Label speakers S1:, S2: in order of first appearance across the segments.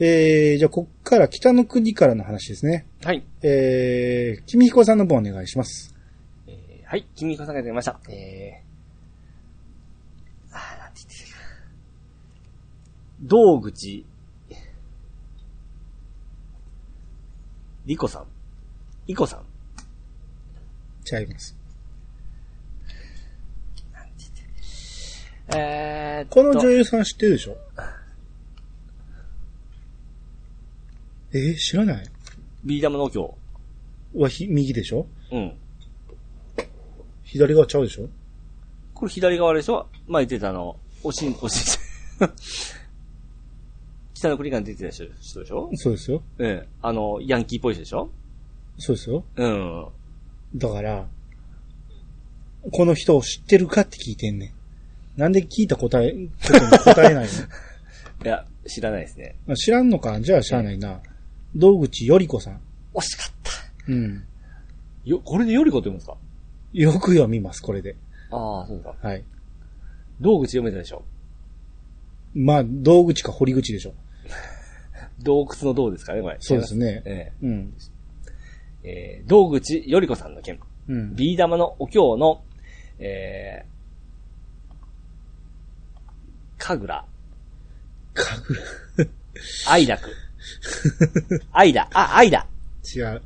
S1: えー、じゃあ、こっから北の国からの話ですね。
S2: はい。
S1: えー、君彦さんの方お願いします。
S2: えーはい、君彦さんが出ました。えー、あーなんて言ってるか。道口、リコさん、イコさん、
S1: 違います。
S2: えーっと
S1: この女優さん知ってるでしょえー、知らない
S2: ビー玉農協。
S1: は、ひ、右でしょ
S2: うん。
S1: 左側ちゃうでしょ
S2: これ左側でしょ前言ってたあの、おしん、おしん、 北の国から出てた人でしょ
S1: そうですよ。
S2: うん。あの、ヤンキーっぽい人でしょ
S1: そうですよ。
S2: うん。
S1: だから、この人を知ってるかって聞いてんねん。なんで聞いた答え、ことに答え ない
S2: いや、知らないですね。
S1: の知らんのかじゃあしゃあないな。道口より子さん。
S2: 惜しかった。
S1: うん。
S2: よ、これでよりこって言うんですか
S1: よく読みます、これで。
S2: ああ、そうか。
S1: はい。
S2: 道口読めたでしょ
S1: まあ、道口か堀口でしょ。
S2: 洞窟の洞ですからね、これ。
S1: そうですね。
S2: え
S1: うん。
S2: ええー道口より子さんの件。
S1: うん。
S2: ビー玉のお経の、えー、神楽、
S1: かぐ
S2: 愛楽。愛だ、あ、愛だ。
S1: 違う。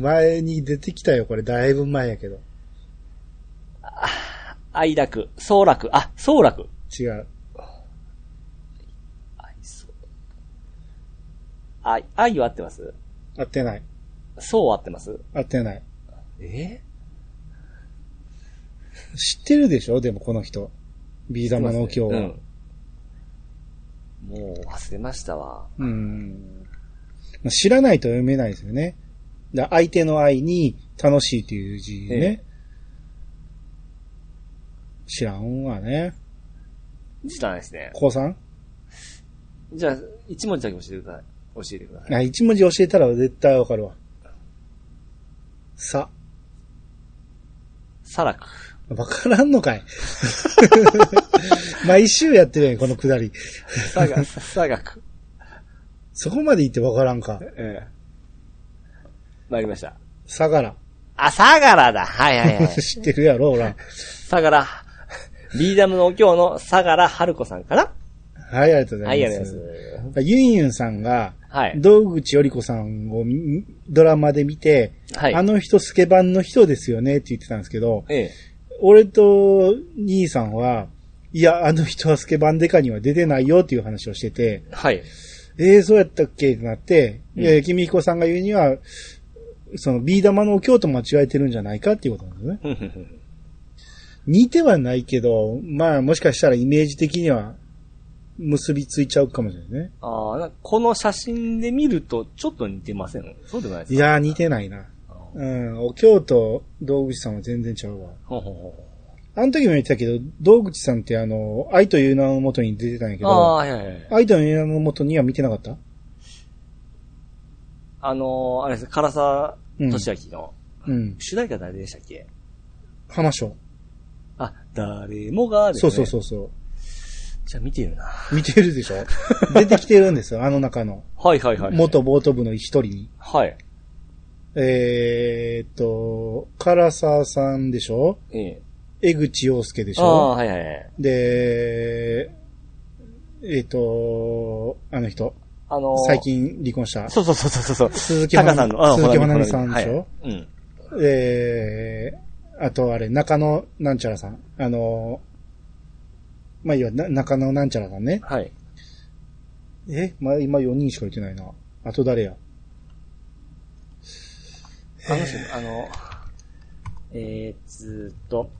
S1: 前に出てきたよ、これ。だいぶ前やけど。
S2: 愛楽、総楽、あ、総楽。
S1: 違う。
S2: 愛そう。愛、愛は合ってます
S1: 合ってない。
S2: そう合ってます
S1: 合ってない。
S2: え
S1: 知ってるでしょでもこの人。ビー玉のお経は。
S2: うん。もう忘れましたわ。
S1: うん。まあ知らないと読めないですよね。だから相手の愛に楽しいという字ね。知らんわね。
S2: 知らないですね。
S1: 高三
S2: じゃあ、一文字だけ教えてください。教えてください。
S1: あ、一文字教えたら絶対わかるわ。さ。
S2: サラク。
S1: わからんのかい。 毎週やってるやん、このくだり。
S2: サガ、サガク。
S1: そこまで言ってわからんか。
S2: ええ。参りました。
S1: さがら。
S2: あ、サガラだ。はいはい はい。
S1: 知ってるやろ、ほら。
S2: サガラ。ビーダムの今日のサガラハルコさんかな
S1: はい、ありがとうござ
S2: はいい、
S1: ま
S2: あり
S1: す。
S2: がとうございます。
S1: ユンユンさんが、
S2: はい。
S1: 道口より子さんをみドラマで見て、
S2: はい
S1: あの人スケバンの人ですよねって言ってたんですけど、
S2: ええ。
S1: 俺と兄さんは、いや、あの人はスケバンデカには出てないよっていう話をしてて、
S2: はい。
S1: ええー、そうやったっけってなって、
S2: うん
S1: えー君彦さんが言うには、その、ビー玉のお経と間違えてるんじゃないかっていうことなんですね。
S2: ふんふんふん
S1: 似てはないけど、まあもしかしたらイメージ的には結びついちゃうかもしれないね。
S2: ああ、なんかこの写真で見るとちょっと似てませんそうでもないです
S1: い
S2: か
S1: やー似てないな。
S2: あー
S1: うん、お経と道口さんは全然ちゃうわ。
S2: ほうほうほ
S1: あの時も言ってたけど、道口さんってあの、愛という名のもとに出てたんやけ
S2: う。ああ、
S1: ど、
S2: はいはいはい。
S1: 愛という名のもとには見てなかった
S2: あのー、あれですね、唐沢俊明の
S1: うん。
S2: 主題歌誰でしたっけ
S1: 浜章。
S2: あ、誰もがです
S1: そ
S2: ね。
S1: うそうそうそ
S2: じゃあ見てるな。
S1: う。見てる でしょ出てきてるんですよ、あの中の。
S2: はいはいはい。
S1: 元。ボート部の一人に。
S2: はい。
S1: えーっと、唐沢さんでしょ
S2: ええ。
S1: 江口洋介でし
S2: ああ、
S1: ょ
S2: はいはいはい。
S1: で、えーっと、あの人、
S2: あのー、
S1: 最。近離婚した。
S2: そうそうそうそうそう。
S1: 鈴木
S2: タ
S1: まな
S2: カさんの、あ
S1: 鈴木まなみ
S2: ほ
S1: さ
S2: ら
S1: ん
S2: 見
S1: で
S2: て
S1: し
S2: ほら
S1: ょ
S2: 見てはいうん。
S1: えー、あとあれ、中野なんちゃらさん。あのー、まあ、いいわ、な中野なんちゃらさんね。
S2: はい。
S1: えまあ、今4人しか言ってないな。あと誰や
S2: あの人、あの、えー、ずーっと、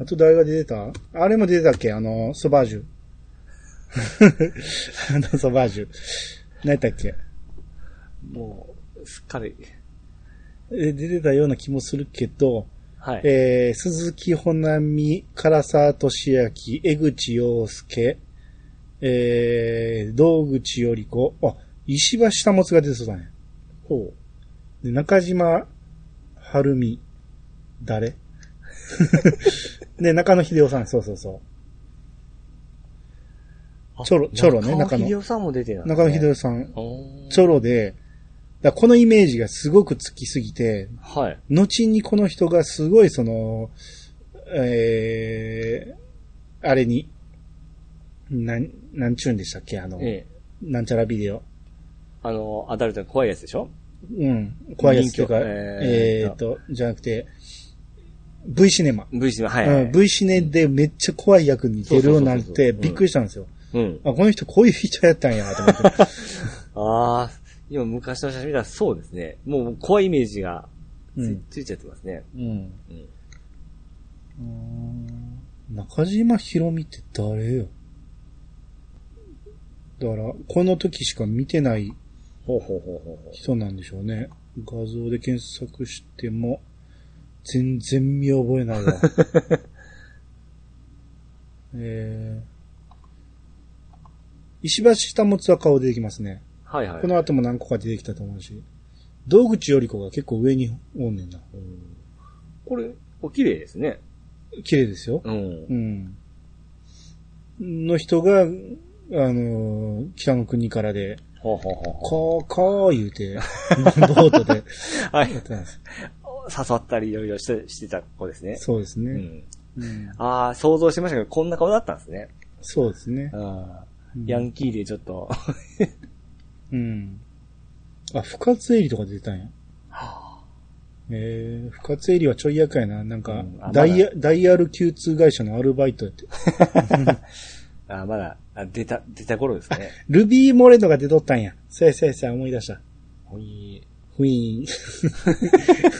S1: あと誰が出てたあれも出てたっけあの、ソバージュ。 あの、ソバージュ。何やったっけ
S2: もう、すっかり、
S1: え出てたような気もするけど、
S2: はい。
S1: えー、鈴木ほなみ、唐沢俊明、江口洋介、えー、道口より子、あ、石橋下松が出てそうだね。ほう。で、中島晴美、誰 で、中野秀夫さん、そうそうそう。
S2: あ
S1: チョロチョロね中
S2: 中野
S1: 野
S2: 秀夫さんも出てない、
S1: 中野
S2: 秀
S1: 秀夫さん、
S2: 夫
S1: チョロで、だからこのイメージがすごくつきすぎて、
S2: はい。
S1: 後にこの人がすごいその、えー、あれに、なん、なんちゅうんでしたっけあの、
S2: ええ。
S1: なんちゃらビデオ。
S2: あの、アダルトの怖いやつでしょ
S1: うん。怖いやつとか、
S2: 人気え
S1: え
S2: ー
S1: ーっと、じゃなくて、V シネマ。
S2: ?V シネマ、はい、は
S1: う
S2: い。
S1: ん、V シネでめっちゃ怖い役に出るなん
S2: そうそうそうそう
S1: て
S2: うん
S1: びっくりしたんですよ。
S2: うん。
S1: あ、この人こういうフィーチャーやったんやなと思って。
S2: ああ、今昔の写真見たらそうですね。もう怖いイメージがつ,、
S1: うん
S2: ついちゃってますね。
S1: うん。
S2: うん。
S1: うーん中島ひろみって誰よだから、この時しか見てない
S2: ほうほうほうほうほう。
S1: 人なんでしょうね。画像で検索しても、全然見覚えないわ。えー、石橋下もつは顔出てきますね。
S2: はいはい。
S1: この後も何個か出てきたと思うし。道口より子が結構上におんねんな。
S2: うんこれ、お綺麗ですね。
S1: 綺麗ですよ。
S2: うん
S1: う。ん。の人が、あのー北の国からで、
S2: ほうほうほうほ
S1: こう、こう言う て、ボートで
S2: う。はい。
S1: やってたんです。
S2: 誘ったりいろいろしてしてた子ですね。
S1: そうです
S2: う
S1: ね。
S2: ん。
S1: うん
S2: ああ、想像してましたけど、こんな顔だったんですね。
S1: そうですね。
S2: あ
S1: うん
S2: ヤンキーでちょっと、
S1: うん。あ、深津絵里とか出てたんや。えー、深津絵里はちょい役やな。なん
S2: う
S1: か
S2: んあ、
S1: ダイヤ、ダイヤル Q2 会社のアルバイトや って。
S2: あーまだ、あ出た、出た頃ですね。
S1: ルビー・モレノが出とったんや。せやせやせや思い出した。
S2: ほい
S1: ふいー ン。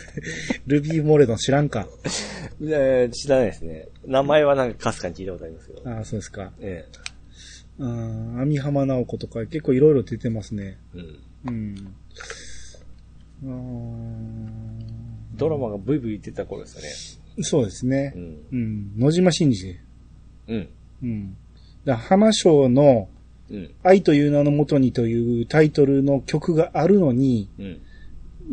S1: ルビー・モレノ知らんか。
S2: えー知 らないですね。名前はなんかかすかに聞いたことありますけど。
S1: ああ、そうですか。
S2: え
S1: うん、網浜直子とか結構いろいろ出てますね。
S2: えうん。
S1: うん。うーん
S2: ドラマがブイブイ言ってた頃です
S1: そうです
S2: よね。う
S1: ね。
S2: ん。
S1: うん。野島真司。
S2: うん。
S1: うん。だ浜省の
S2: うん。
S1: 愛という名のもとにというタイトルの曲があるのに、
S2: うん。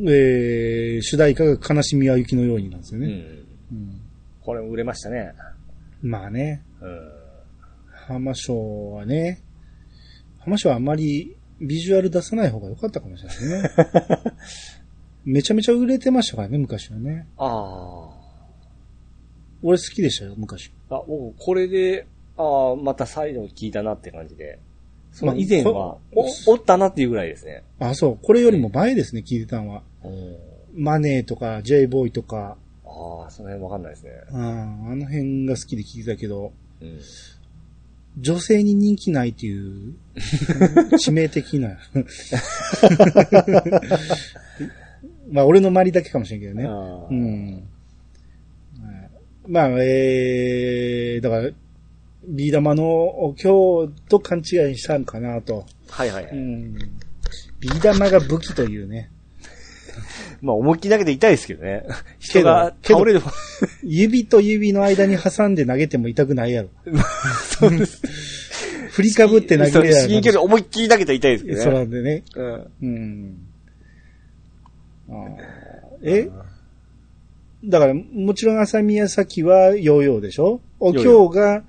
S1: えー、主題歌が悲しみは雪のようになんですよ
S2: う
S1: ね。
S2: ん。
S1: うん。
S2: これも売れましたね。
S1: まあね、
S2: うん。
S1: 浜省はね、浜省はあまりビジュアル出さない方が良かったかもしれない ね。めちゃめちゃ売れてましたからね、昔はね。
S2: ああ。
S1: 俺好きでしたよ、昔。
S2: あ、僕、これで、ああ、また再度聞いたなって感じで。そ
S1: ま
S2: の
S1: あ
S2: 以前は、お、おったなっていうぐらいですね。
S1: あ、そう。これよりも前ですね、聞いてたのは。マネーとか、j ボーイとか、
S2: ああ、その辺わかんないですね。
S1: うん、あの辺が好きで聞いてたけど、
S2: うん。
S1: 女性に人気ないっていう、致命的 な。まあ、俺の周りだけかもしれんけどね。
S2: あ
S1: う
S2: ー
S1: ん。はいまあ、えー、だから、ビー玉の今日と勘違いしたんかなと。
S2: はいはいは
S1: う
S2: い。
S1: ん。ビー玉が武器というね。
S2: まあ、思いっきり投げて痛いですけどね。人が
S1: けど
S2: 倒れる。
S1: 指と指の間に挟んで投げても痛くないやろ。
S2: そうです。
S1: 振りかぶって投
S2: そう
S1: げれや
S2: 至近距離思いっきり投げたら痛いですけどね。
S1: そらでね。
S2: うん。
S1: うん。あーえだから、もちろん朝宮崎はヨーヨーでしょお
S2: ヨーヨ
S1: 今日が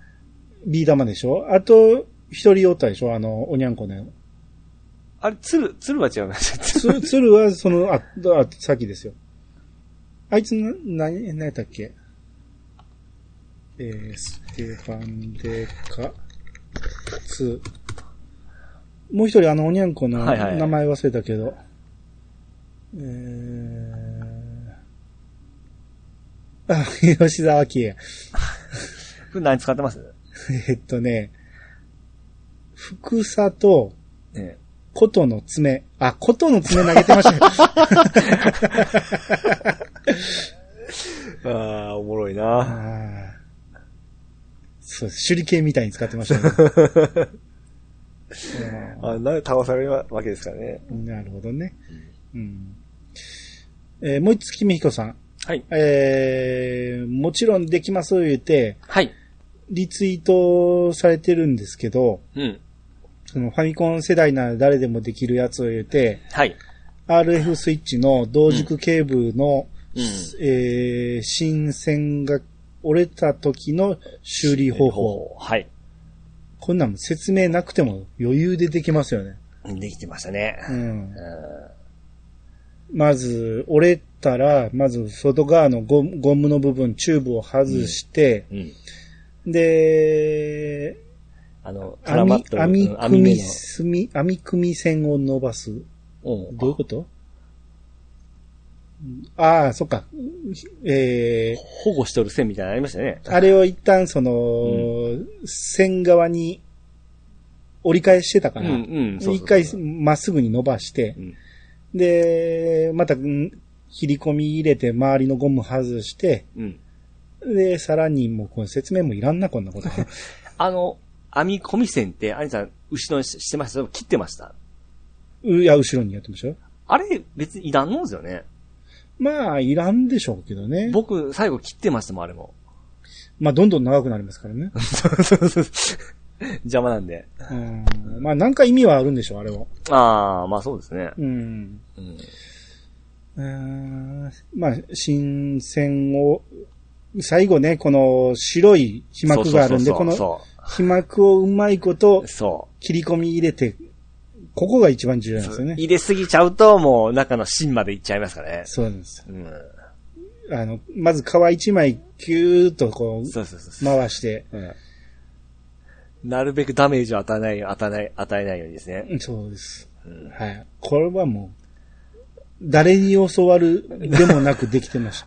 S1: ビー玉でしょあと、一人おったでしょあの、おにゃんこの。
S2: あれ、鶴、鶴は違いました。
S1: つ、鶴はその、あ、あ、先ですよ。あいつな、な、何やったっけえー、ステファンデカ、つ、もう一人あの、おにゃんこの
S2: はいはい
S1: 名前忘れたけど、えー、あ、吉沢明や。
S2: これ何使ってます
S1: えっとね、福佐と、
S2: え
S1: 琴の爪。あ、琴の爪投げてましたよ。
S2: え。ああ、おもろいな。
S1: ああ。そうです。手裏剣みたいに使ってま したね。
S2: あなんで倒されるわけですからね。
S1: うんなるほどね。うん。えーもう一つ、君彦さん。
S2: はい。
S1: えーもちろんできます言って、
S2: はい。
S1: リツイートされてるんですけど、
S2: うん。
S1: そのファミコン世代なら誰でもできるやつを言って、
S2: はい。
S1: RF スイッチの同軸ケーブルの、
S2: うん。
S1: えー新線が折れた時の修理方法。
S2: はい。
S1: こんなんも説明なくても余裕でできますよね。
S2: できてましたね。
S1: うん
S2: う。ん
S1: まず、折れたら、まず外側のゴムゴムの部分、チューブを外して、
S2: うん。
S1: で、
S2: あの、絡まっ
S1: 網
S2: と、る
S1: 網
S2: うん
S1: 組
S2: 目
S1: み
S2: の。
S1: すみ、網組み線を伸ばす。
S2: うん。
S1: どういうことああ、そっか。え
S2: 保護しとる線みたいなのありましたね。
S1: ー、あれを一旦その、線側に折り返してたか
S2: うん
S1: ら、
S2: うん。そう
S1: 一
S2: そうそう
S1: 回まっすぐに伸ばして
S2: う、ん
S1: で、また、ん切り込み入れて、周りのゴム外して、
S2: うん。
S1: で、さらにもう、この説明もいらんな、こんな こと。
S2: あの、編み込み線って、アニさん、後ろにしてましたそれとも切ってました
S1: ういや、後ろにやってましたよ。
S2: あれ、別にいらんのですよね。
S1: まあ、いらんでしょうけどね。
S2: 僕、最後切ってましたもん、あれも。
S1: まあ、どんどん長くなりますからね。
S2: 邪魔なんで。
S1: うん。まあ、なんか意味はあるんでしょう、あれは。
S2: ああ、まあそうですね。
S1: うん。
S2: うん。
S1: うーんまあ、新鮮を、最後ね、この白い被膜があるんで、
S2: そう
S1: こ
S2: そう
S1: の
S2: そ
S1: 被膜をうまいこと
S2: う。そ
S1: 切り込み入れて、ここが一番重要
S2: う。
S1: なん
S2: そ
S1: で
S2: う
S1: すよね。
S2: 入れすぎちゃうと、もう中の芯までいっちゃいますからね。
S1: そうなんです。
S2: うん。
S1: あの、まず皮一枚キューッとこう、
S2: そうそうそうそう。
S1: 回して、
S2: なるべくダメージを与えない、与えない、与えないようにですね。
S1: そうです。
S2: うん
S1: はい。これはもう、誰に教わるでもなくできてまし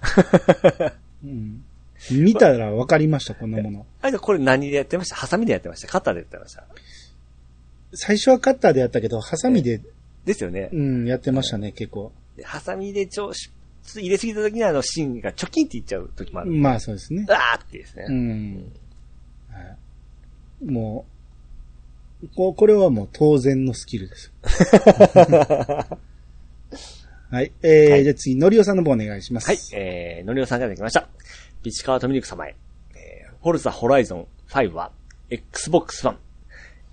S1: た。 うん、見たらわかりました、こんなもの。
S2: あれこれ何でやってましたハサミでやってましたカッターでやってました
S1: 最初はカッターでやったけど、ハサミで、
S2: ですよね。
S1: うん、やってましたね、結構。
S2: でハサミでちょ、しちょっと入れすぎた時にあの芯がチョキンっていっちゃう時もある。
S1: まあそうですね
S2: う。わーってですね。
S1: うん。はい、もう、ここれはもう当然のスキル です。はい。えー
S2: はい
S1: じゃあ次、のりおさんの方お願いします。
S2: はい、えー、のりおさんからいただきました。ピチカートミルク様へ。えー、フォルザホライゾン5は、Xbox One、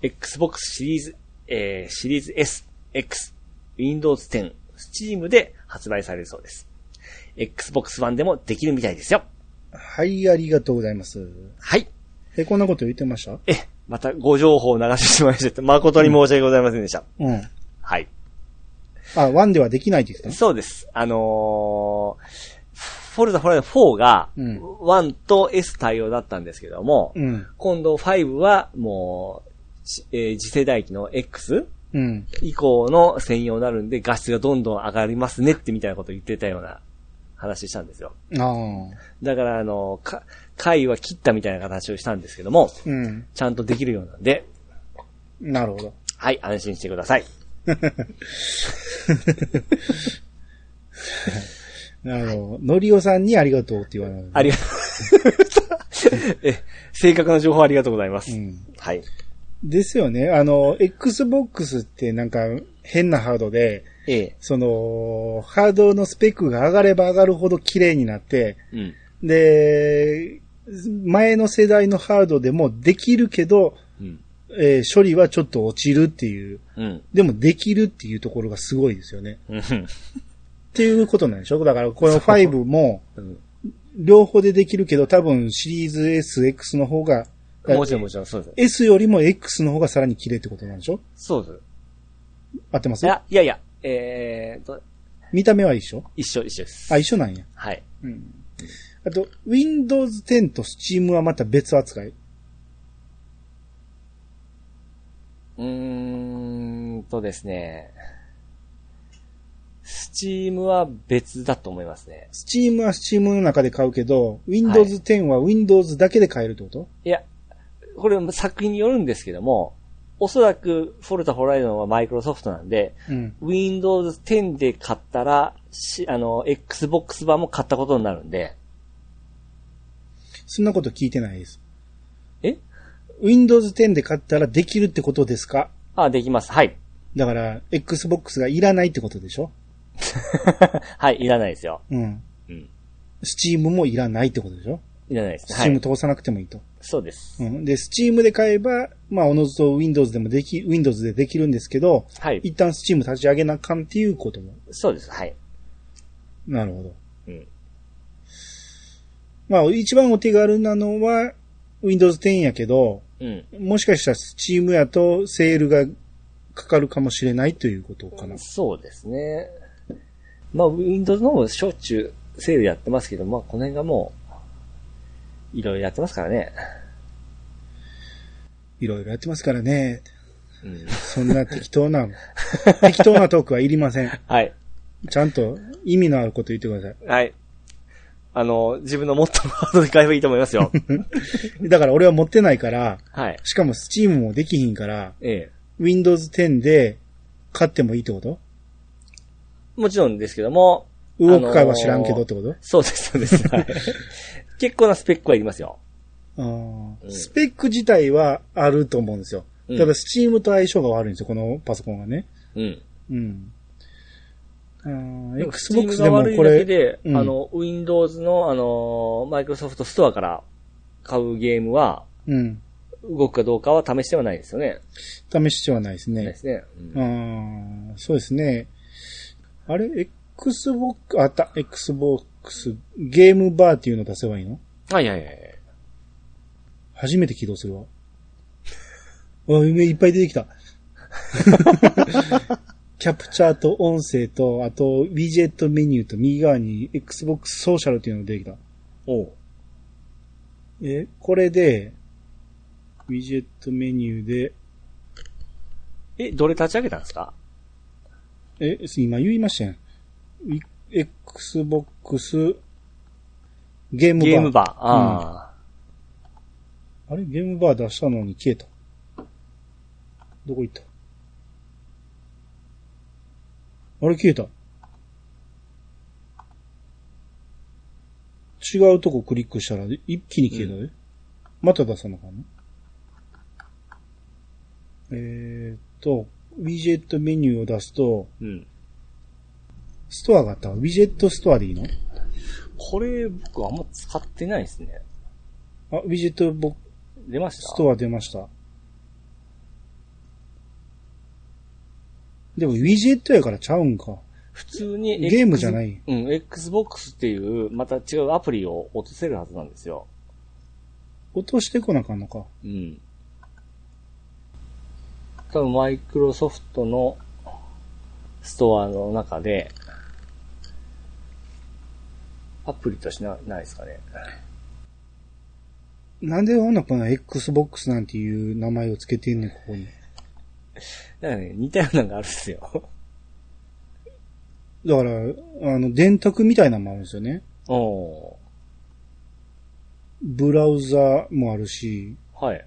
S2: Xbox シリーズ、えー、シリーズ S、X、Windows 10、Steam で発売されるそうです。Xbox One でもできるみたいですよ。
S1: はい、ありがとうございます。
S2: はい。
S1: え、こんなこと言ってました
S2: え、またご情報を流して しまいました。誠に申し訳ございませんでした。
S1: うん。
S2: はい。
S1: あ、ワンではできないって言ってた
S2: そうです。あのー、フォルザホライゾン4が、
S1: うん
S2: 1と S 対応だったんですけども、
S1: うん。
S2: 今度5はもう、しえー次世代機の X
S1: うん。
S2: 以降の専用になるんで画質がどんどん上がりますねってみたいなことを言ってたような話したんですよ。
S1: ああ。
S2: だからあの、か、回は切ったみたいな形をしたんですけども、
S1: うん。
S2: ちゃんとできるようなんで、
S1: なるほど。
S2: はい、安心してください。
S1: なるほど。のりおさんにありがとうって言わない。
S2: ありが とう。え、正確な情報ありがとうございます。
S1: うん
S2: はい。
S1: ですよね。あの、Xbox ってなんか変なハードで、
S2: ええ。
S1: その、ハードのスペックが上がれば上がるほど綺麗になって、
S2: うん。
S1: で、前の世代のハードでもできるけど、
S2: うん。
S1: えー処理はちょっと落ちるっていう、
S2: うん。
S1: でもできるっていうところがすごいですよね。
S2: うん。
S1: っていうことなんでしょだからこの5も
S2: うん
S1: 両方でできるけど多分シリーズ SX の方が、
S2: もちろんもちろん、そうです。
S1: S よりも X の方がさらに綺麗ってことなんでしょ
S2: そうです。
S1: 合ってま
S2: い
S1: す
S2: や、いやいや、えーと、
S1: 見た目は一緒
S2: 一緒一緒です。
S1: あ、一緒なんや。
S2: はい。
S1: うん。あと、Windows 10と Steam はまた別扱い。
S2: うーんとですね。スチームは別だと思いますね。
S1: Steam は Steam の中で買うけど、Windows 10は Windows だけで買えるってこと、
S2: いや、これも作品によるんですけども、おそらくフォルタホライゾンはマイクロソフトなんで、
S1: うん。
S2: Windows 10で買ったら、しあの、Xbox 版も買ったことになるんで、
S1: そんなこと聞いてないです。
S2: え
S1: Windows 10で買ったらできるってことですか
S2: あ、できます。はい。
S1: だから、Xbox がいらないってことでしょ
S2: はい、いらないですよ。
S1: うん。
S2: うん。
S1: Steam もいらないってことでしょ
S2: いらないです。はい
S1: ?Steam。通さなくてもいいと。
S2: そうです。
S1: うん。で、Steam で買えば、まあ、おのずと Windows でもでき、Windows でできるんですけど、
S2: はい。
S1: 一旦 Steam 立ち上げなあかんっていうことも。
S2: そうです。はい。
S1: なるほど。
S2: うん。
S1: まあ、一番お手軽なのは、Windows 10やけど、
S2: うん。
S1: もしかしたらスチームやとセールがかかるかもしれないということかな。
S2: そうですね。まあ、Windows の方もしょっちゅうセールやってますけど、まあ、この辺がもう、いろいろやってますからね。
S1: いろいろやってますからね。
S2: うん。
S1: そんな適当 な、適当なトークはいりません。
S2: はい。
S1: ちゃんと意味のあること言ってくださ
S2: はい。あの、自分のモットーのハードで買えばいいと思いますよ。
S1: い。だから俺は持ってないから、
S2: はい。
S1: しかも Steam もできひんから、
S2: ええ。
S1: Windows 10で買ってもいいってこと
S2: もちろんですけども。
S1: 動くかは知らんけどっ
S2: あの
S1: てこと、
S2: そうです、そうです。はい。結構なスペックはいりますよ。
S1: あースペック自体はあると思うんですよ。
S2: うん
S1: ただ Steam と相性が悪いんですよ、このパソコンがね。
S2: うん。
S1: うん。あー
S2: でも
S1: Xbox
S2: Steam
S1: で
S2: が
S1: も
S2: 悪い
S1: こ
S2: だけ
S1: れ、
S2: で、
S1: うん
S2: あの、Windows の、あの、Microsoft ストアから買うゲームは、
S1: うん。
S2: 動くかどうかは試してはないですよね。
S1: 試しはないです
S2: ないで
S1: ね。
S2: すね。うん
S1: あーそうですね。あれ、Xbox、あった、Xbox、ゲームバーっていうの出せばいいの
S2: はいはいはい。
S1: 初めて起動するわ。あ、夢いっぱい出てきた。 キャプチャーと音声と、あと、ウィジェットメニューと右側に Xbox ソーシャルっていうのが出てきた。
S2: おう。
S1: え、これで、ウィジェットメニューで、
S2: え、どれ立ち上げたんですか
S1: え、今言いましたやん。ウィ Xbox、ゲームバー。
S2: ゲームバー。あ
S1: あれゲームバー出したのに消えた。どこ行ったあれ消えた。違うとこクリックしたら一気に消えたで。また出さなあかんのえーっと、ウィジェットメニューを出すと、
S2: あ。うん。
S1: ストアがあったわウィジェットストアでいいの
S2: これ、僕あんま使ってないですね。
S1: あ、ウィジェットボ
S2: 出ました
S1: ストア出ました。でも、ウィジェットやからちゃうんか。
S2: 普通に、
S1: ゲームじゃない。
S2: うん、Xbox っていう、また違うアプリを落とせるはずなんですよ。
S1: 落としてこなあかんのか。
S2: うん。多分、マイクロソフトのストアの中で、アプリとしてなないですかね。
S1: なんでほんなこの Xbox なんていう名前をつけてんねん、ここに。
S2: だからね、似たようなのがあるんですよ。
S1: だから、あの、電卓みたいなのもあるんですよね。
S2: お
S1: ブラウザもあるし、
S2: ーはい。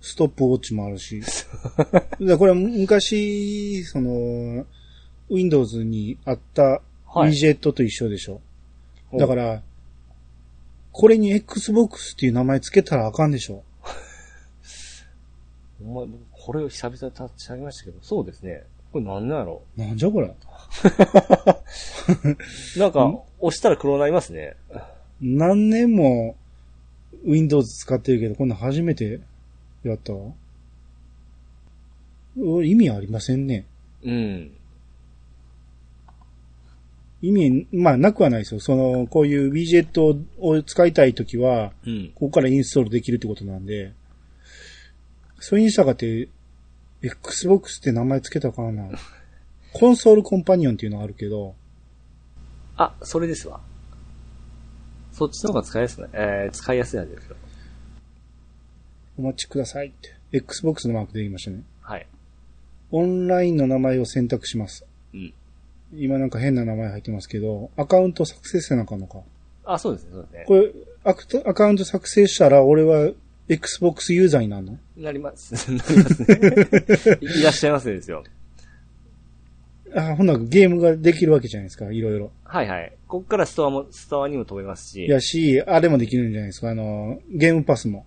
S1: ストップウォッチもある し。だからこれ昔、その、Windows にあったウ
S2: はい
S1: ィジェットと一緒でしょ。
S2: お
S1: だから、これに Xbox っていう名前つけたらあかんでしょ。
S2: お前、僕これを久々に立ち上げましたけど、そうですね。これなんなんやろ
S1: なんじゃこれ。
S2: なんか、押したら黒になりますね。
S1: 何年も Windows 使ってるけど、こんなん初めてやったわ。お意味ありませんね。
S2: うん。
S1: 意味、まあなくはないですよ。その、こういうウィジェットを使いたいときは、
S2: うん。
S1: ここからインストールできるってことなんで、それにしたがって、Xbox って名前つけたからな。コンソールコンパニオンっていうのがあるけど、
S2: あ、それですわ。そっちの方が使いやすいね。えー、使いやすいはずですよ。
S1: お待ちくださいって。Xbox のマークで言いましたね。
S2: はい。
S1: オンラインの名前を選択します。
S2: うん。
S1: 今なんか変な名前入ってますけど、アカウント作成せなあかんのか。
S2: あ、そうですね、そうですね。
S1: これ、アクトアカウント作成したら俺は Xbox ユーザーになるの
S2: なります。 なりますね。 いらっしゃいますねですよ。
S1: あ、ほんならゲームができるわけじゃないですか、いろいろ。
S2: はいはい。こっからストアも、ストアにも飛べますし。
S1: やし、あれもできるんじゃないですか、あの、ゲームパスも。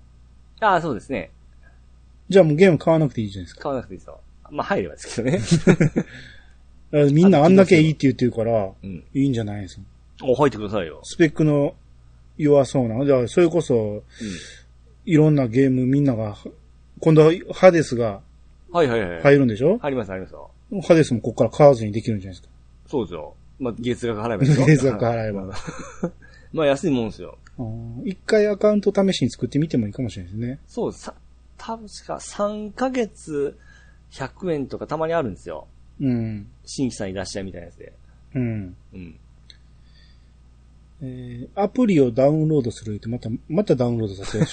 S2: あ、そうですね。
S1: じゃあもうゲーム買わなくていいじゃないですか。
S2: 買わなくていいですよ。まあ、入ればですけ どね。
S1: あみんなあんだけいいって言ってるから、
S2: うん。
S1: いいんじゃないですか。
S2: お、入ってくださいよ。
S1: スペックの弱そうな。じゃあ、それこそ、いろんなゲームみんなが、今度はハデスが
S2: うん。はいはいはい。
S1: 入るんでしょ、
S2: 入ります、入りますよ。
S1: ハデスもここから買わずにできるんじゃないですか。
S2: そうですよ。まあ、月額払えばですよ。
S1: 月額払えば
S2: まあ、安いもんですよ。
S1: うん一回アカウント試しに作ってみてもいいかもしれないですね。
S2: そう、さ、確か3ヶ月100円とかたまにあるんですよ。
S1: うん。
S2: 新規さんいらっしゃいみたいなやつで。
S1: うん。
S2: うん。
S1: えーアプリをダウンロードするって、また、またダウンロードさせようと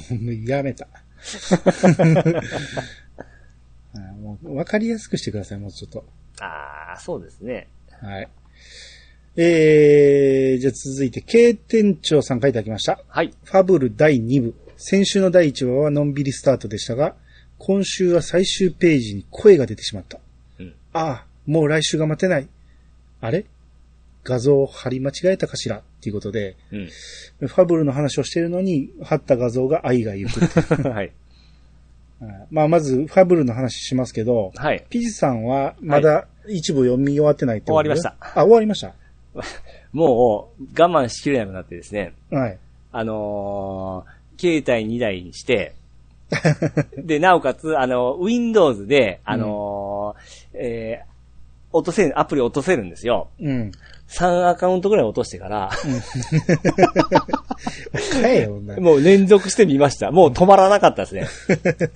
S1: してるもう やめた。あーもう、わかりやすくしてください、もうちょっと。
S2: ああ、そうですね。
S1: はい。えー、じゃあ続いて、経店長さんからいただきました。
S2: はい。
S1: ファブル第2部。先週の第1話はのんびりスタートでしたが、今週は最終ページに声が出てしまった。
S2: うん
S1: ああ、もう来週が待てない。あれ画像を貼り間違えたかしらっていうことで、
S2: うん。
S1: ファブルの話をしているのに、貼った画像が愛が言うっていう。
S2: はい。
S1: はいまあ、まず、ファブルの話しますけど、
S2: はい。
S1: ピジさんはまだ一部読み終わってないってことで
S2: 終わりま
S1: あ、終わりました。
S2: もう、我慢しきれなくなってですね、
S1: はい。
S2: あのー携帯2台に して、で、なおかつ、あの、Windows で、あのーえー落とせる、アプリ落とせるんですよ。
S1: うん。
S2: 3アカウントぐらい落としてから、
S1: 帰よ、女
S2: もう連続して見ました。もう止まらなかったです ね。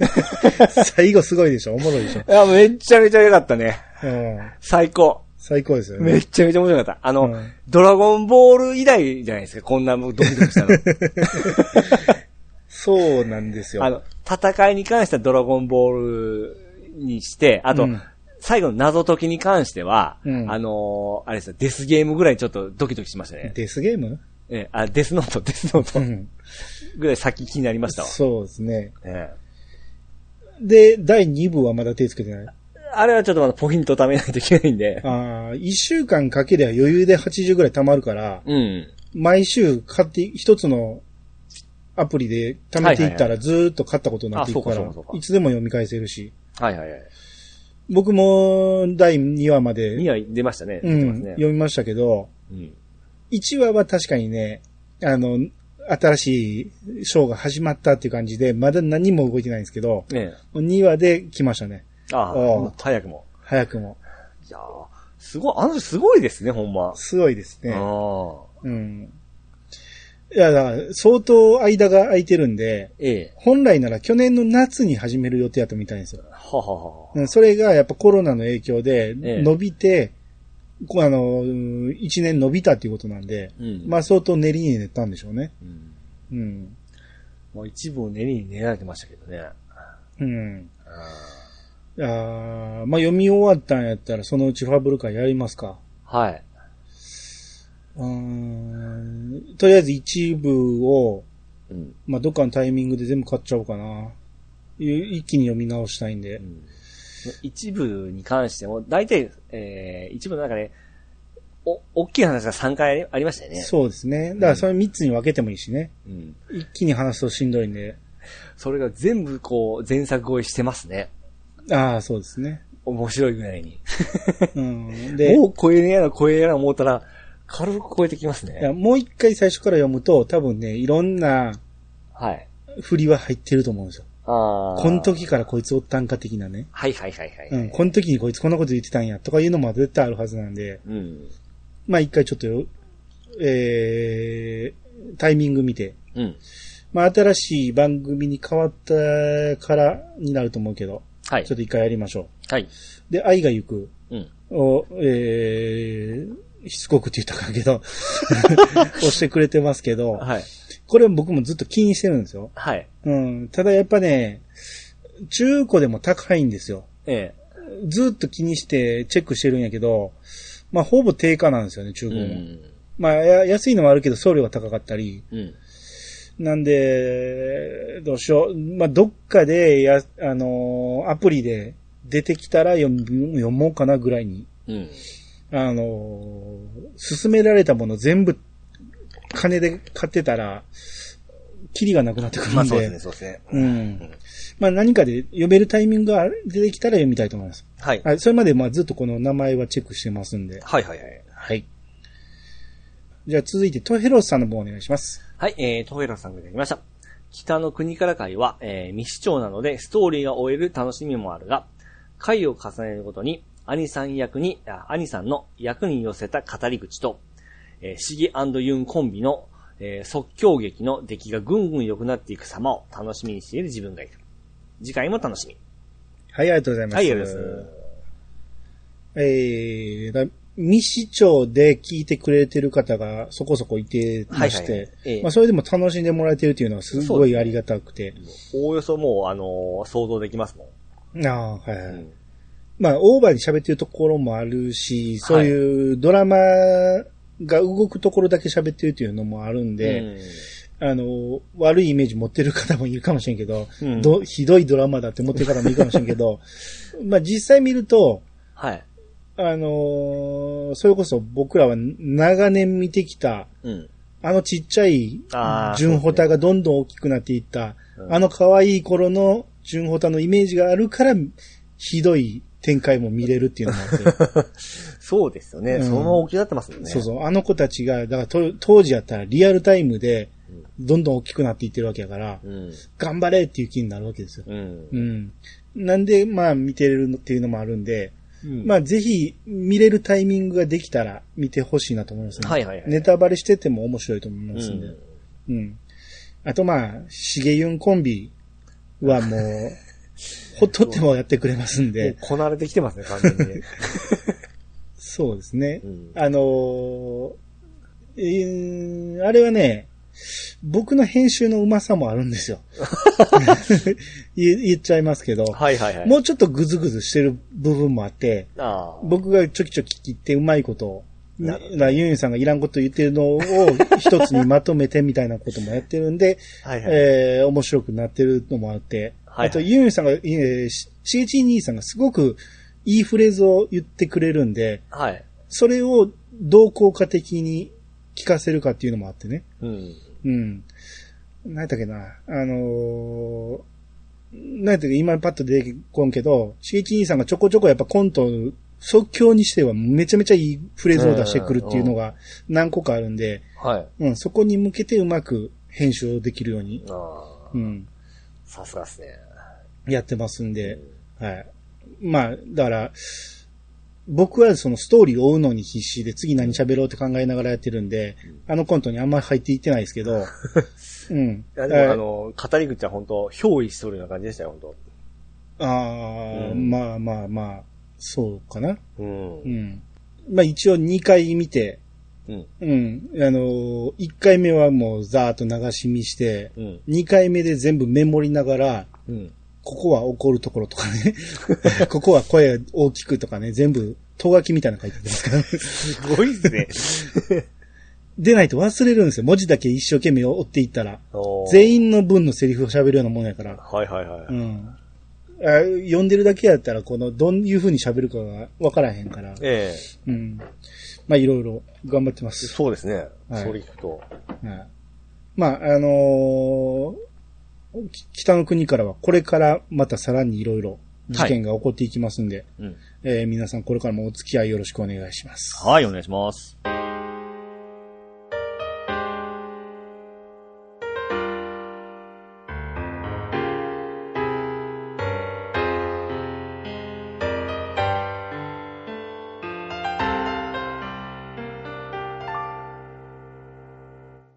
S1: 最後すごいでしょおもろいでしょ
S2: いや、めっちゃめちゃ良かったね。
S1: うん。
S2: 最高。
S1: 最高ですよ
S2: め
S1: ね。
S2: っちゃめちゃ面白かった。あの、
S1: うん
S2: ドラゴンボール以来じゃないですか、こんなドキドキ したの。
S1: そうなんですよ。
S2: あの、戦いに関してはドラゴンボールにして、あと、
S1: うん
S2: 最後の謎解きに関しては、
S1: うん
S2: あのーあれですよ、デスゲームぐらいちょっとドキドキしましたね。
S1: デスゲーム
S2: えあデスノート、 デスノー
S1: う
S2: ト
S1: ん。
S2: ぐらい先気になりましたわ。
S1: そうですね。
S2: え
S1: で、第2部はまだ手つけてない。
S2: えあれはちょっとまだポイント貯めないといけないんで。
S1: ああ、1週間かけりゃ余裕で80ぐらい貯まるから、
S2: うん。
S1: 毎週買って、一つのアプリで貯めていった
S2: はいはいは
S1: らずーっと買ったことになっていくか
S2: あ
S1: ら
S2: そうかそうかそう、か
S1: いつでも読み返せるし。
S2: はいはいはい。
S1: 僕も第2話まで、
S2: 2は出ましたね。
S1: う
S2: 出てま
S1: ん
S2: す、ね。
S1: 読みましたけど、
S2: うん
S1: 1話は確かにね、あの、新しいショーが始まったっていう感じで、まだ何も動いてないんですけど、
S2: ね
S1: 2話で来ましたね。
S2: え。ああ、
S1: おう
S2: もっと早くも。
S1: 早くも。
S2: いやーすごい、あの人すごいですね、ほんま。
S1: すごいですね。
S2: ああ。
S1: うん。いや、だから相当間が空いてるんで、
S2: ええ。
S1: 本来なら去年の夏に始める予定だったみたいんですよ。
S2: はははは。
S1: うんそれがやっぱコロナの影響で
S2: ええ
S1: 伸びて、こうあの、1年伸びたっていうことなんで、
S2: うん
S1: まあ相当練りに練ったんでしょうね。
S2: うん
S1: うん。
S2: まあ、一部を練りに練られてましたけどね。
S1: うん。
S2: あ
S1: あーまあ読み終わったんやったらそのうちファブル会やりますか。
S2: ーはい。
S1: うーん。とりあえず一部を、
S2: うん。
S1: まあ、どっかのタイミングで全部買っちゃおうかな。い一気に読み直したいんで。
S2: 一部に関しても、大体、えー、一部の中で、お、大きい話が3回ありましたよね。
S1: そうですね。だからそれ3つに分けてもいいしね。
S2: う。ん。
S1: 一気に話すとしんどいんで。
S2: それが全部こう、前作超えしてますね。
S1: ああ、そうですね。
S2: 面白いぐらいに。
S1: うん。で、
S2: もう超えねえな、超えねえな思ったら、軽く超えてきます
S1: いや
S2: ね。
S1: もう一回最初から読むと、多分ね、いろんな
S2: はい。
S1: 振りは入ってると思うんですよ。
S2: ああ。
S1: この時からこいつおったんか的なね。
S2: はいはいはいはい。
S1: うん。この時にこいつこんなこと言ってたんやとかいうのも絶対あるはずなんで、
S2: うん。
S1: まあ一回ちょっとよ、えー、タイミング見て
S2: うん。
S1: まあ、新しい番組に変わったからになると思うけど、
S2: はい
S1: ちょっ。と一回やりましょ
S2: はい。
S1: う。で、愛が行く
S2: うん。
S1: を、えー、しつこくって言ったらあかんけど、 押してくれてますけど、
S2: はい。
S1: これ僕もずっと気にしてるんですよ。
S2: はい。
S1: うん。ただやっぱね、中古でも高いんですよ。
S2: ええ。
S1: ずっと気にしてチェックしてるんやけど、まあ、ほぼ定価なんですよね、中
S2: う
S1: 古も。まあ、や安いのはあるけど、送料が高かったり、
S2: うん。
S1: なんで、どうしよう。まあ、どっかで、や、あのーアプリで出てきたら読む読もうかなぐらいに、
S2: うん。
S1: あのー勧められたもの全部、金で買ってたら、キリがなくなってくるんで。
S2: まあそうですね、そうですね。
S1: うん。まあ、何かで読めるタイミングが出てきたら読みたいと思います。
S2: はい。
S1: はい。それまで、まあ、ずっとこの名前はチェックしてますんで。
S2: はいはいはい。
S1: はい。じゃあ、続いて、トヘロスさんの方お願いします。
S2: はい、えー、トヘロさんがいただきました。北の国から会は、えー、未視聴なので、ストーリーが終える楽しみもあるが、回を重ねるごとに、兄さん役に、あ兄さんの役に寄せた語り口と、えー、シギユンコンビの、ええー即興劇の出来がぐんぐん良くなっていく様を楽しみにしている自分がいる。次回も楽しみ。
S1: はい、ありがとうございます。
S2: はい、ありがとうございます。
S1: えー、だ未視聴で聞いてくれてる方がそこそこいてまし
S2: はいはい
S1: て
S2: はいええ、
S1: まあそれでも楽しんでもらえてるっていうのはす
S2: そう
S1: ご
S2: です
S1: い
S2: ね
S1: ありがたくて。
S2: おおよそもう、あのー想像できますもん。
S1: ああ、はいは
S2: う
S1: い。
S2: ん
S1: まあオーバーに喋ってるところもあるし、そういうドラマが動くところだけ喋ってるっていうのもあるんで、あの、悪いイメージ持ってる方もいるかもしれんけど、
S2: うん
S1: どひどいドラマだって思ってる方もいるかもしれんけど、 まあ実際見ると、
S2: はい。
S1: あのーそれこそ僕らは長年見てきた、
S2: うん。
S1: あのちっちゃい
S2: あー
S1: 純ホタがどんどん大きくなっていった、
S2: うん
S1: あの可愛い頃の純ホタのイメージがあるから、ひどい展開も見れるっていうのがあって、
S2: そうですよね。
S1: うん
S2: そのまま大きくなってますもんね。
S1: そうそう、あの子たちが、だからと当時やったらリアルタイムで、どんどん大きくなっていってるわけやから、
S2: うん。
S1: 頑張れっていう気になるわけですよ。
S2: うん。
S1: うん。なんで、まあ見てるのっていうのもあるんで、
S2: うん
S1: まあぜひ見れるタイミングができたら見てほしいなと思いますね。
S2: はいはいはい
S1: ネタバレしてても面白いと思いますんで。
S2: う
S1: うん。あとまあ、しげゆんコンビはもう、 ほっとってもやってくれますん
S2: ん。もう
S1: で、
S2: こなれてきてますね、完全にね。
S1: そうですね。
S2: うん
S1: あのーえーあれはね、僕の編集のうまさもあるん ですよ。 言言っちゃいますけど。
S2: はいはいはい。
S1: もうちょっとグズグズしてる部分もあって、
S2: ああ。
S1: 僕がちょきちょき切ってうまいことを、ななユンユンさんがいらんこと言ってるのを一つにまとめてみたいなこともやってるんで、
S2: はいはい。
S1: えー、面白くなってるのもあって、
S2: はいはい
S1: あとユンユンさんが、えー、ししげち兄さんがすごくいいフレーズを言ってくれるんで、
S2: はい。
S1: それをどう効果的に聞かせるかっていうのもあってね。
S2: うん。
S1: うん。なんやったっけな。あのー、なんやったっけ、今パッと出てこんけど、しげち兄さんがちょこちょこやっぱコント、即興にしてはめちゃめちゃいいフレーズを出してくるっていうのが何個かあるんで、
S2: はい。
S1: うん、そこに向けてうまく編集をできるように、
S2: ああ。
S1: うん、
S2: さすがっすね。
S1: やってますんで、はい。まあ、だから、僕はそのストーリーを追うのに必死で次何喋ろうって考えながらやってるんで、あのコントにあんまり入っていってないですけ ど、うん。
S2: いやでもあの、語り口は本当憑依しとるような感じでしたよ、本
S1: ああ、
S2: うん
S1: まあまあまあ、そうかな。
S2: 当うん
S1: う。ん。まあ一応2回見て、
S2: うん。
S1: うん。あのー、1回目はもうザーッと流し見して、
S2: うん。
S1: 2回目で全部メモりながら、
S2: うん。
S1: ここは怒るところとかね、 ここは声大きくとかね、全部、と書きみたいなの書いてますから。
S2: すごいですね。
S1: でないと忘れるんですよ。文字だけ一生懸命追っていったら。
S2: おー
S1: 全員の分のセリフを喋るようなもんやから。
S2: はいはいは
S1: う
S2: い。
S1: ん。あ読んでるだけやったら、この、どういう風に喋るかが分からへんから。
S2: ええ。
S1: うん。まあ、いろいろ頑張ってます。
S2: そうですね。
S1: はい
S2: それ聞くと。
S1: はいまあ、あのーき北の国からは、これからまたさらにいろいろ事件が起こっていきますんで、
S2: うん。
S1: えー皆さんこれからもお付き合いよろしくお願いします。
S2: はい、お願いします。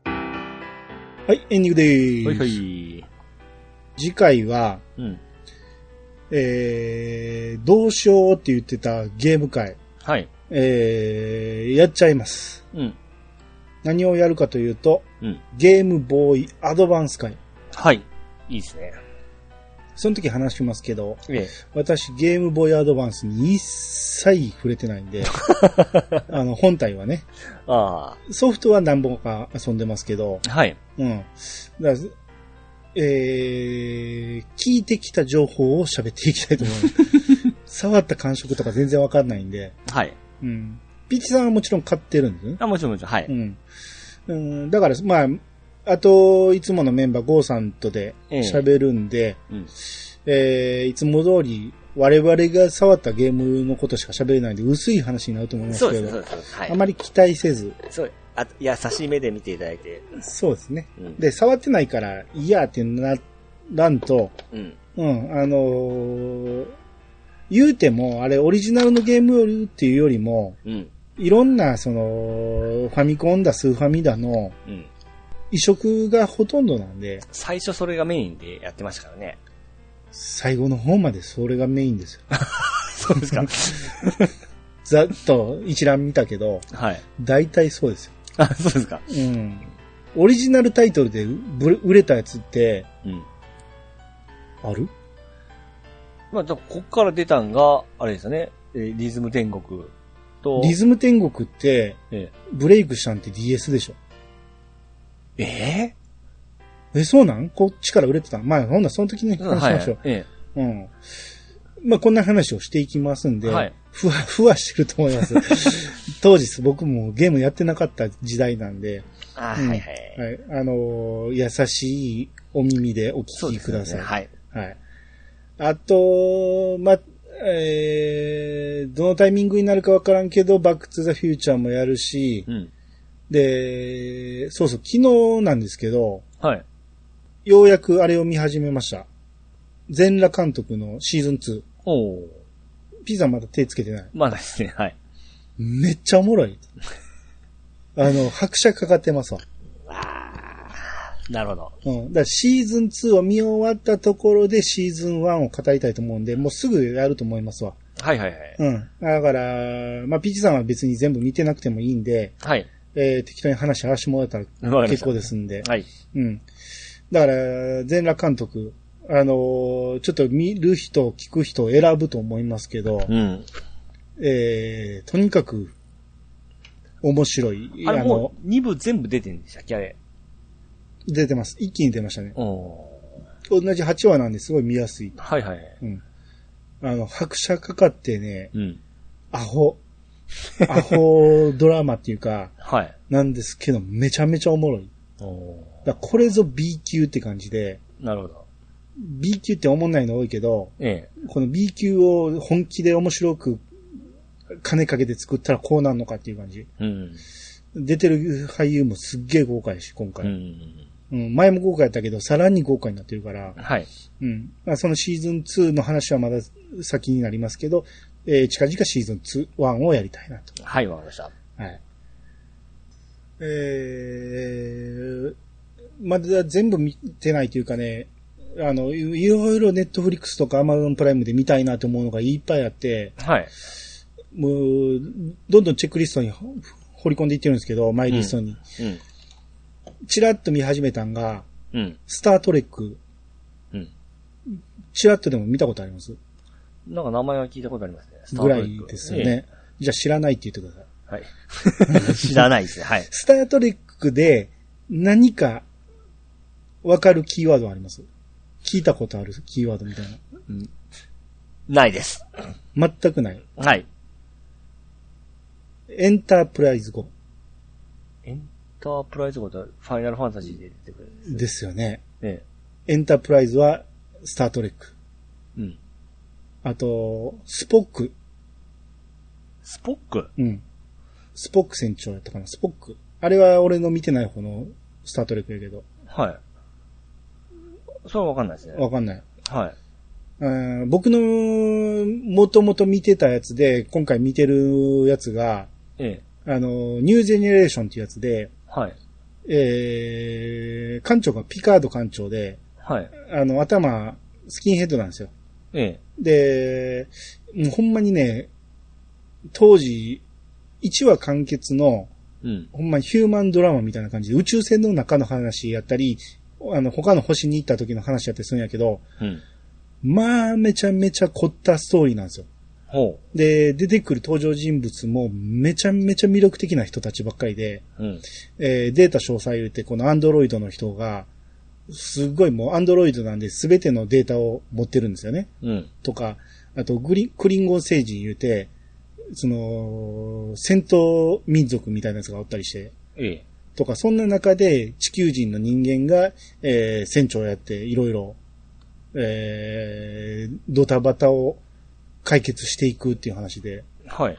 S1: はい、エンディングです。
S2: はいはい。
S1: 次回は、
S2: うん。
S1: えー、どうしようって言ってたゲーム会、
S2: はい。
S1: えー、やっちゃいます。
S2: うん。
S1: 何をやるかというと、
S2: うん。
S1: ゲームボーイアドバンス会。
S2: はい。いいですね。
S1: その時話しますけど、
S2: ええ。
S1: 私、ゲームボーイアドバンスに一切触れてないん で、あの、本体はね、
S2: あ
S1: ソフトは何本か遊んでますけど、
S2: あ。はい。
S1: うん。だからえー、聞いてきた情報を喋っていきたいと 思います。触った感触とか全然わかんないんで、
S2: はい。
S1: うん。ピッチさんはもちろん買ってるんですね。
S2: あ、もちろんもちろん。はい。
S1: うん。うん、だから、まあ、あと、いつものメンバー、ゴーさんとで
S2: ええ
S1: 喋るんで、
S2: うん。
S1: えーいつも通り我々が触ったゲームのことしか喋れないんで薄い話になると思います
S2: そう
S1: け
S2: で
S1: れ
S2: すね、そ
S1: ど、
S2: うです。はい。
S1: あまり期待せず、
S2: そう。あと、優しい目で見ていただいて。
S1: そうですね。
S2: うん。
S1: で、触ってないから嫌ってならんと、
S2: うん。
S1: うん、あのー言うても、あれオリジナルのゲームよりっていうよりも、
S2: うん。
S1: いろんな、その、ファミコンだ、スーファミだの、
S2: うん。
S1: 移植がほとんどなんで、
S2: 最初それがメインでやってましたからね。
S1: 最後の方までそれがメインですよ。
S2: そうですか。
S1: ざっと一覧見たけど、
S2: はい。
S1: 大体そうですよ。
S2: あ、そうですか。
S1: うん。オリジナルタイトルでぶれ売れたやつって、
S2: うん。
S1: ある
S2: まあ、だからこっから出たんが、あれですよね。えーリズム天国と、
S1: リズム天国って、
S2: え
S1: ブレイクしたんって DS でしょ。
S2: ええ
S1: え、そうなんこっちから売れてたまあ、ほんならその時に
S2: ーう
S1: 話
S2: ん
S1: し
S2: はい
S1: ましょう。。
S2: え
S1: うん。まあ、こんな話をしていきますんで、
S2: はい
S1: ふわ、 ふわしてると思います。 当時、僕もゲームやってなかった時代なんで、
S2: えあ
S1: うん
S2: ー、はいはい。
S1: はい、あのー優しいお耳でお
S2: そ
S1: 聞
S2: う
S1: き
S2: です
S1: く
S2: ね
S1: ださい。
S2: はい。
S1: はい。あと、ま、えー、どのタイミングになるかわからんけど、バックトゥザフューチャーもやるし
S2: う、ん。
S1: で、そうそう、昨日なんですけど、
S2: はい。
S1: ようやくあれを見始めました。全裸監督のシーズン2。
S2: おー。
S1: ピザまだ手つけてない。
S2: まだですね、はい。
S1: めっちゃおもろい。あの、拍車かかってますわ。
S2: なるほど。
S1: うん。だからシーズン2を見終わったところでシーズン1を語りたいと思うんで、もうすぐやると思いますわ。
S2: はいはいはい。
S1: うん。だから、まあ、ピチさんは別に全部見てなくてもいいんで、
S2: はい。
S1: えー適当に話し合わせてもらったら
S2: わかりまし
S1: 結
S2: た
S1: 構ですんで。
S2: はい。
S1: うん。だから、全裸監督、あのーちょっと見る人、聞く人を選ぶと思いますけど、
S2: うん。
S1: えーとにかく、面白い。
S2: あれ
S1: の
S2: も、う2部全部出てんでしたっけあれ。
S1: 出てます。一気に出ましたね。
S2: おー。
S1: 同じ8話なんですごい見やすい。
S2: はいはいはい。
S1: うん。あの、拍車かかってね、
S2: うん。
S1: アホ、アホドラマっていうか、
S2: はい。
S1: なんですけど、めちゃめちゃおもろい。
S2: おー。
S1: だからこれぞ B 級って感じで、
S2: なるほど。
S1: B 級って思んないの多いけど、
S2: え
S1: この B 級を本気で面白く金かけて作ったらこうなんのかっていう感じ。
S2: え。うん。
S1: 出てる俳優もすっげえ豪華やし、今
S2: う
S1: 回。うん
S2: ん。
S1: 前も豪華やったけど、さらに豪華になってるから、
S2: はい。
S1: うん。まあ、そのシーズン2の話はまだ先になりますけど、えー近々シーズン2、1をやりたいなと。
S2: はい、わかりました。
S1: はい。えー、まだ全部見てないというかね、あの、いいろいろネットフリックスとかアマゾンプライムで見たいなと思うのがいっぱいあって、
S2: はい。
S1: もう、どんどんチェックリストにほ掘り込んでいってるんですけど、マイリストに。チラッと見始めたんが、
S2: うん。うん。
S1: スタートレック。
S2: うん。
S1: チラッとでも見たことあります
S2: なんか名前は聞いたことありますね。スター
S1: ぐ
S2: ト
S1: ら
S2: レッ
S1: い
S2: ク
S1: ですよ。ね。じゃあ知らないって言ってください。
S2: ええはい。 知らないですね。はい。
S1: スタートレックで何かわかるキーワードあります聞いたことあるキーワードみたい
S2: ないです。
S1: な。全くない。
S2: はい。
S1: エンタープライズ語
S2: エンタープライズごとファイナルファンタジーで出てくる。
S1: ですよね。
S2: え
S1: エンタープライズはスタートレック。
S2: え。うん。
S1: あと、スポック。
S2: スポック
S1: うん。スポック船長やったかな。スポック。あれは俺の見てない方のスタートレックやけど。
S2: はい。それはわかんないですね。
S1: わかんない。
S2: はい。
S1: うん僕の元々見てたやつで、今回見てるやつが、
S2: ええ。
S1: あの、ニュージェネレーションっていうやつで、
S2: はい。
S1: えー、館長がピカード館長で、
S2: はい。
S1: あの、頭、スキンヘッドなんですよ。
S2: ええ。
S1: で、もうほんまにね、当時、1話完結の、
S2: うん。
S1: ほんまにヒューマンドラマみたいな感じで、宇宙船の中の話やったり、あの、他の星に行った時の話やったりするんやけど、
S2: うん。
S1: まあ、めちゃめちゃ凝ったストーリーなんですよ。
S2: ほ
S1: で、出てくる登場人物もめちゃめちゃ魅力的な人たちばっかりで、
S2: う。うん。
S1: えーデータ詳細言って、このアンドロイドの人が、すっごいもうアンドロイドなんで全てのデータを持ってるんですよね。
S2: うん。
S1: とか、あとグリ、クリンゴン星人言うて、その、戦闘民族みたいなやつがおったりして、
S2: ええ。
S1: とか、そんな中で地球人の人間が、えー船長をやっていろいろ、えードタバタを解決していくっていう話で、
S2: はい。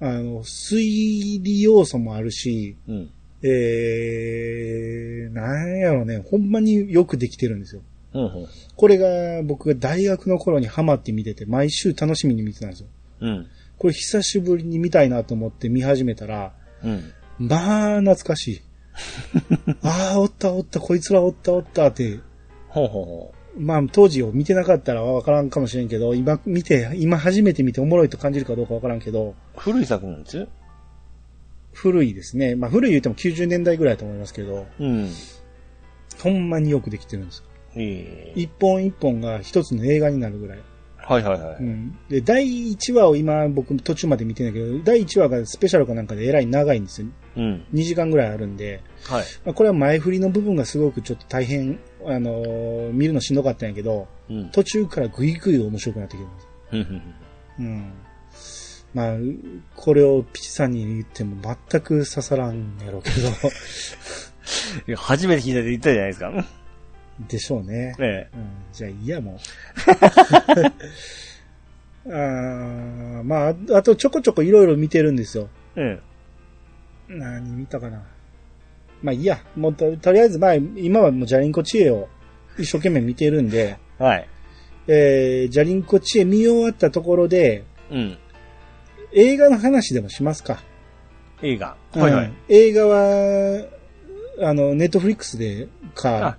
S1: あの、推理要素もあるし、
S2: うん。
S1: えー、なんやろね、ほんまによくできてるんですよ。
S2: うん。ほう
S1: これが僕が大学の頃にハマって見てて、毎週楽しみに見てたんですよ。
S2: うん。
S1: これ久しぶりに見たいなと思って見始めたら、
S2: うん。
S1: まあ、懐かしい。ああ、おったおった、こいつらおったおったって、
S2: ほうほうほ
S1: まあ当時を見てなかったらわからんかもしれんけど、今見て、今初めて見ておもろいと感じるかどうかわからんけど、
S2: う。古い作品なんですよ。
S1: 古いですね。まあ古い言っても90年代ぐらいだと思いますけど、
S2: うん。
S1: ほんまによくできてるんですよ。
S2: ええ
S1: 一本一本が一つの映画になるぐらい。
S2: はいはいは
S1: う
S2: い。
S1: ん。で、第1話を今僕途中まで見てんだけど、第1話がスペシャルかなんかでえらい長いんですよ。
S2: うん。
S1: 2時間ぐらいあるんで、
S2: はい。
S1: まあこれは前振りの部分がすごくちょっと大変、あのー見るのしんどかったんやけど、
S2: うん。
S1: 途中からグイグイ面白くなってきてます。
S2: うんうん
S1: うん。まあ、これをピチさんに言っても全く刺さらんやろうけ ど、
S2: いや初めて聞いたって言ったじゃないですか。ね
S1: でしょうね。
S2: え。
S1: うん、 じゃあいいや、もう。あーまあ、あとちょこちょこいろいろ見てるんですよ。
S2: うん。
S1: 何見たかな。まあいいや、もうととりあえず、まあ今はもうジャリンコ知恵を一生懸命見てるんで、
S2: はい。
S1: えー、ジャリンコ知恵見終わったところで、
S2: うん。
S1: 映画の話でもしますか。
S2: 映画。はいは
S1: う
S2: い
S1: ん。映画は、あの、ネットフリックスでか
S2: あ、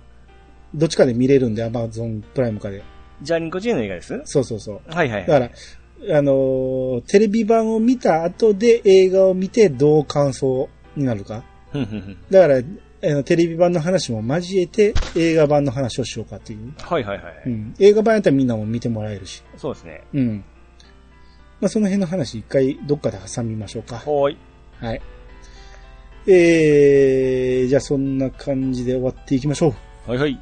S1: どっちかで見れるんで、アマゾンプライムかで。
S2: ジャーニンコチェーンの映画ですは
S1: そうそうそう。
S2: いはい
S1: だか
S2: はい。
S1: ら、あのーテレビ版を見た後で映画を見てどう感想になるか。
S2: うんうんうん
S1: だから、あのテレビ版の話も交えて映画版の話をしようかっていう。
S2: はいはいは
S1: う
S2: い。
S1: ん。映画版やったらみんなも見てもらえるし。
S2: そうですね。
S1: うん。まあ、その辺の話一回どっかで挟みましょうか。
S2: はーい。
S1: はい。えー、じゃあそんな感じで終わっていきましょう。
S2: はいはい。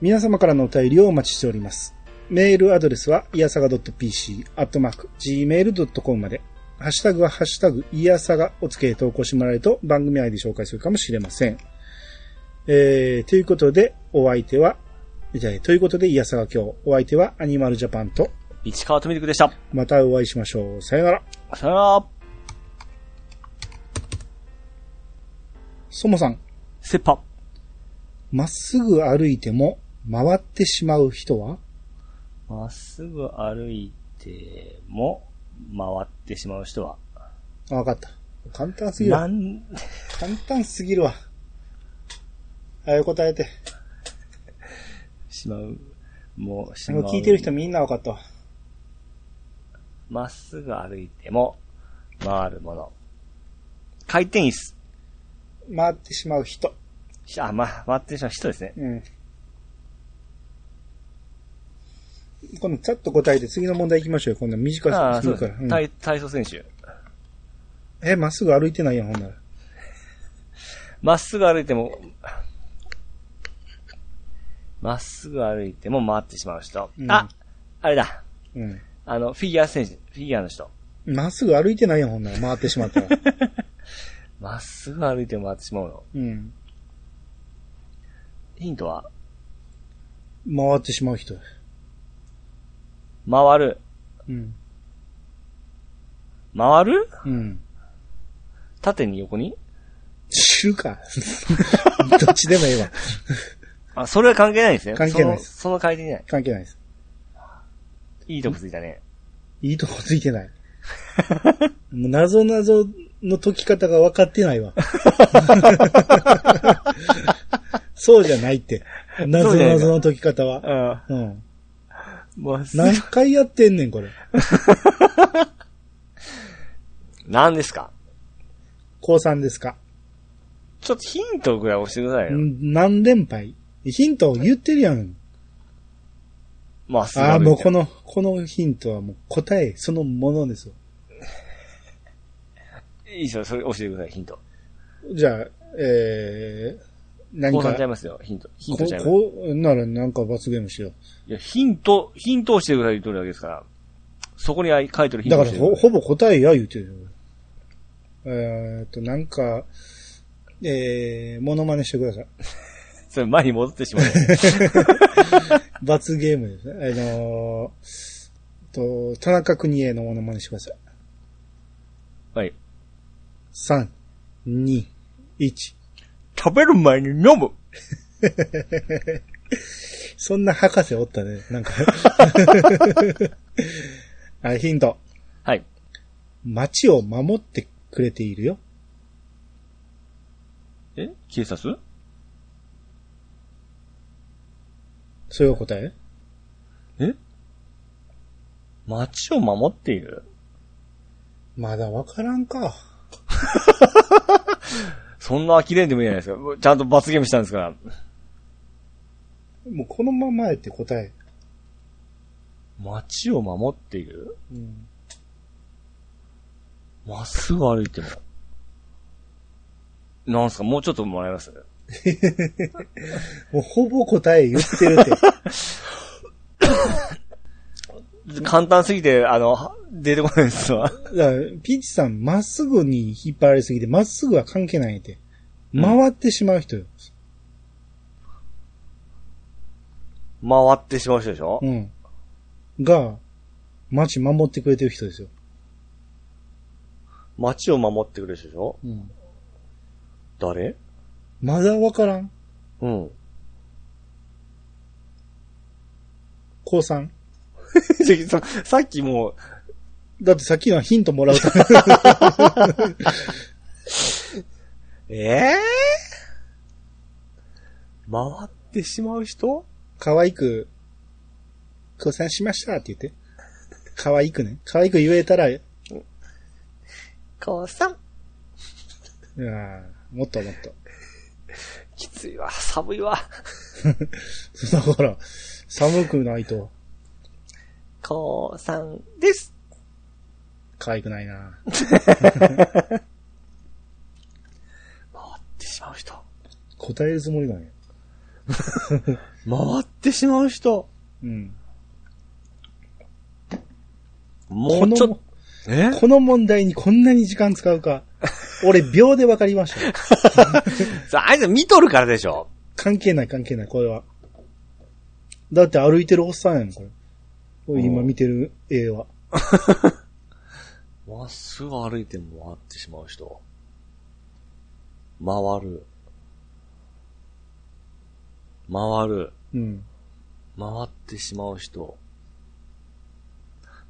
S1: 皆様からのお便りをお待ちしております。メールアドレスは、いやさが .pc、アットマーク、gmail.com まで。ハッシュタグは、ハッシュタグ、いやさがをつけて投稿してもらえると、番組内で紹介するかもしれません。えー、ということで、お相手は、じゃあということで、いやさが今日、お相手は、アニマルジャパンと、
S2: 市川富美子でした。
S1: またお会いしましょう。さよなら。
S2: さよなら。
S1: そもさん、
S2: セッパ。
S1: まっすぐ歩いても、回ってしまう人は
S2: まっすぐ歩いても回ってしまう人は、
S1: あ、わかった。簡単すぎるわ。
S2: なん、
S1: 簡単すぎるわ。あよ、答えて。
S2: しまう、もうし
S1: あ
S2: まう。
S1: の、聞いてる人みんな分かったわ。
S2: まっすぐ歩いても回るもの。回転椅子。
S1: 回ってしまう人。
S2: あ、ま、回ってしまう人ですね。
S1: うん。今度、ちゃっと答えて次の問題行きましょうよ。今度短い
S2: ああ、
S1: す
S2: そ
S1: ぎる
S2: う
S1: か
S2: で
S1: ら。
S2: す
S1: う
S2: ね。
S1: ん
S2: 体体操選手。
S1: え、まっすぐ歩いてないやん、ほんなら。
S2: まっすぐ歩いても、まっすぐ歩いても回ってしまう人。
S1: うん
S2: あ、あれだ。
S1: うん。
S2: あの、フィギュア選手、フィギュアの人。
S1: まっすぐ歩いてないやん、ほんなら。回ってしま ったら。
S2: まっすぐ歩いても回ってしまうの。
S1: うん。
S2: ヒントは、
S1: 回ってしまう人。
S2: 回る。
S1: うん。
S2: 回る
S1: うん。
S2: 縦に横に
S1: 知るか。 どっちでもええわ。
S2: あ、それは関係ないんですね。
S1: 関係ない
S2: その
S1: で
S2: その回転じゃない。
S1: 関係ないです。
S2: いいとこついたね。
S1: いいとこついてない。もう謎謎の解き方が分かってないわ。そうじゃないって。謎謎の解き方は。
S2: うん。
S1: うん。
S2: まっすぐ
S1: 何回やってんねん、これ。
S2: 何ですか
S1: 高3ですか。
S2: ちょっとヒントぐらい押してくださいよ。
S1: ん何連敗ヒントを言ってるやん。
S2: まっすぐ
S1: ああ、
S2: 歩
S1: も
S2: いうて
S1: こ
S2: も。
S1: の、このヒントはもう答えそのものですよ。
S2: いいですよ、それ教えてください、ヒント。
S1: じゃあ、えー、何
S2: こう
S1: か
S2: さんちゃい。ますよ、ヒント。ヒン
S1: こ
S2: トちゃいます。
S1: こう、ならなんか罰ゲームしよ
S2: いや、ヒント、ヒントをしてくださいとるだけですから。そこに書いてる
S1: う。
S2: ヒン
S1: だ
S2: ト
S1: から
S2: をして
S1: ほ、ほぼ答えや言うてるよ。えーっと、なんか、えー、モノマネしてください。
S2: それ前に戻ってし まう。
S1: 罰ゲームですね。あのー、と、田中邦衛のモノマネしてください。
S2: はい。
S1: 3、2、1。
S2: 食べる前に飲む
S1: そんな博士おったね。なん かあ。ヒント。
S2: はい。
S1: 街を守ってくれているよ。
S2: え警察
S1: それが答え
S2: え街を守っている
S1: まだわからんか。
S2: そんな呆れんでもいいじゃないですか。ちゃんと罰ゲームしたんですから。
S1: もうこのままやって答え。
S2: 街を守っている
S1: うん。
S2: まっすぐ歩いても。なんすかもうちょっともらえます
S1: もうほぼ答え言って るって。
S2: 簡単すぎて、あの、は出てこないですわ。
S1: だからピーチさん、まっすぐに引っ張られすぎて、まっすぐは関係ないって。回ってしまう人よ。
S2: 回ってしまう人でしょ、
S1: うん。が、街守ってくれてる人ですよ。
S2: 街を守ってくれる人でしょ
S1: うん。
S2: 誰
S1: まだわからん。
S2: うん。
S1: 高3。
S2: ささっきもう、
S1: だってさっきのはヒントもらうため。
S2: ええ回ってしまう人
S1: 可愛く、高3しましたって言って。可愛くね。可愛く言えたら、いや
S2: 母さん、
S1: ーもっともっと。
S2: きついわ、寒いわ。
S1: だから、寒くないと、
S2: 母さんです。
S1: 可愛くないな。
S2: 回ってしまう人。
S1: 答えるつもりなんや。
S2: 回ってしまう人。
S1: うん。
S2: もうちょっと
S1: こ、
S2: え
S1: のこの問題にこんなに時間使う か。俺、秒で分かりましたよ。
S2: さあいつ見とるからでしょ。
S1: 関係ない関係ない、これは。だって歩いてるおっさんやもん、これ。これ今見てる絵は。
S2: まっすぐ歩いても回ってしまう人。回る。回る。
S1: うん。
S2: 回ってしまう人。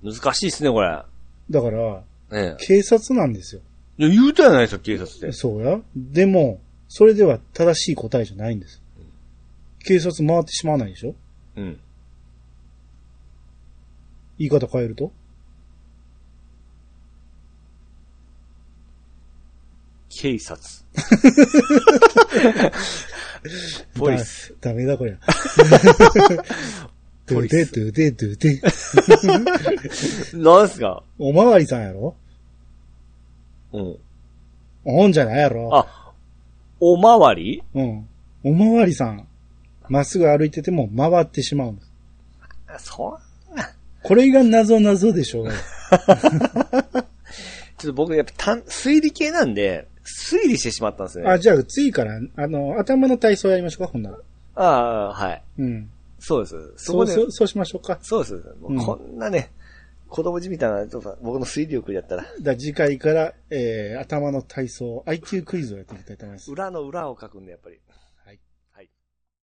S2: 難しいっすね、これ。
S1: だから、
S2: ねえ。
S1: 警察なんですよ。
S2: いや、言うたじゃないですか、警察で。
S1: そうや。でも、それでは正しい答えじゃないんです。警察回ってしまわないでしょ
S2: うん。
S1: 言い方変えると
S2: 警察。 ポリス。
S1: ダダメだこ りゃ。ドゥデドゥデドゥデ。
S2: なんすか
S1: おまわりさんやろ
S2: うん。
S1: おんじゃないやろ
S2: あ、おまわり
S1: うん。おまわりさん、まっすぐ歩いてても回ってしまうんです。
S2: あそ
S1: これが謎謎でし ょうがない。
S2: ちょっと僕、やっぱ単、推理系なんで、推理してしまったんですね。
S1: あ、じゃあ次から、あの、頭の体操やりましょうか、ほんなら。
S2: ああ、はい。
S1: うん。
S2: そうです。そ
S1: そ
S2: こ
S1: う、
S2: で、
S1: そう、そうしましょうか。
S2: そうです。もう
S1: うん
S2: こんなね、子供じみたいな、ちょっと僕の推理力だったら、
S1: だ次回から、えー、頭の体操、IQ クイズをやっていきたいと思います。
S2: 裏の裏を書くんで、やっぱり。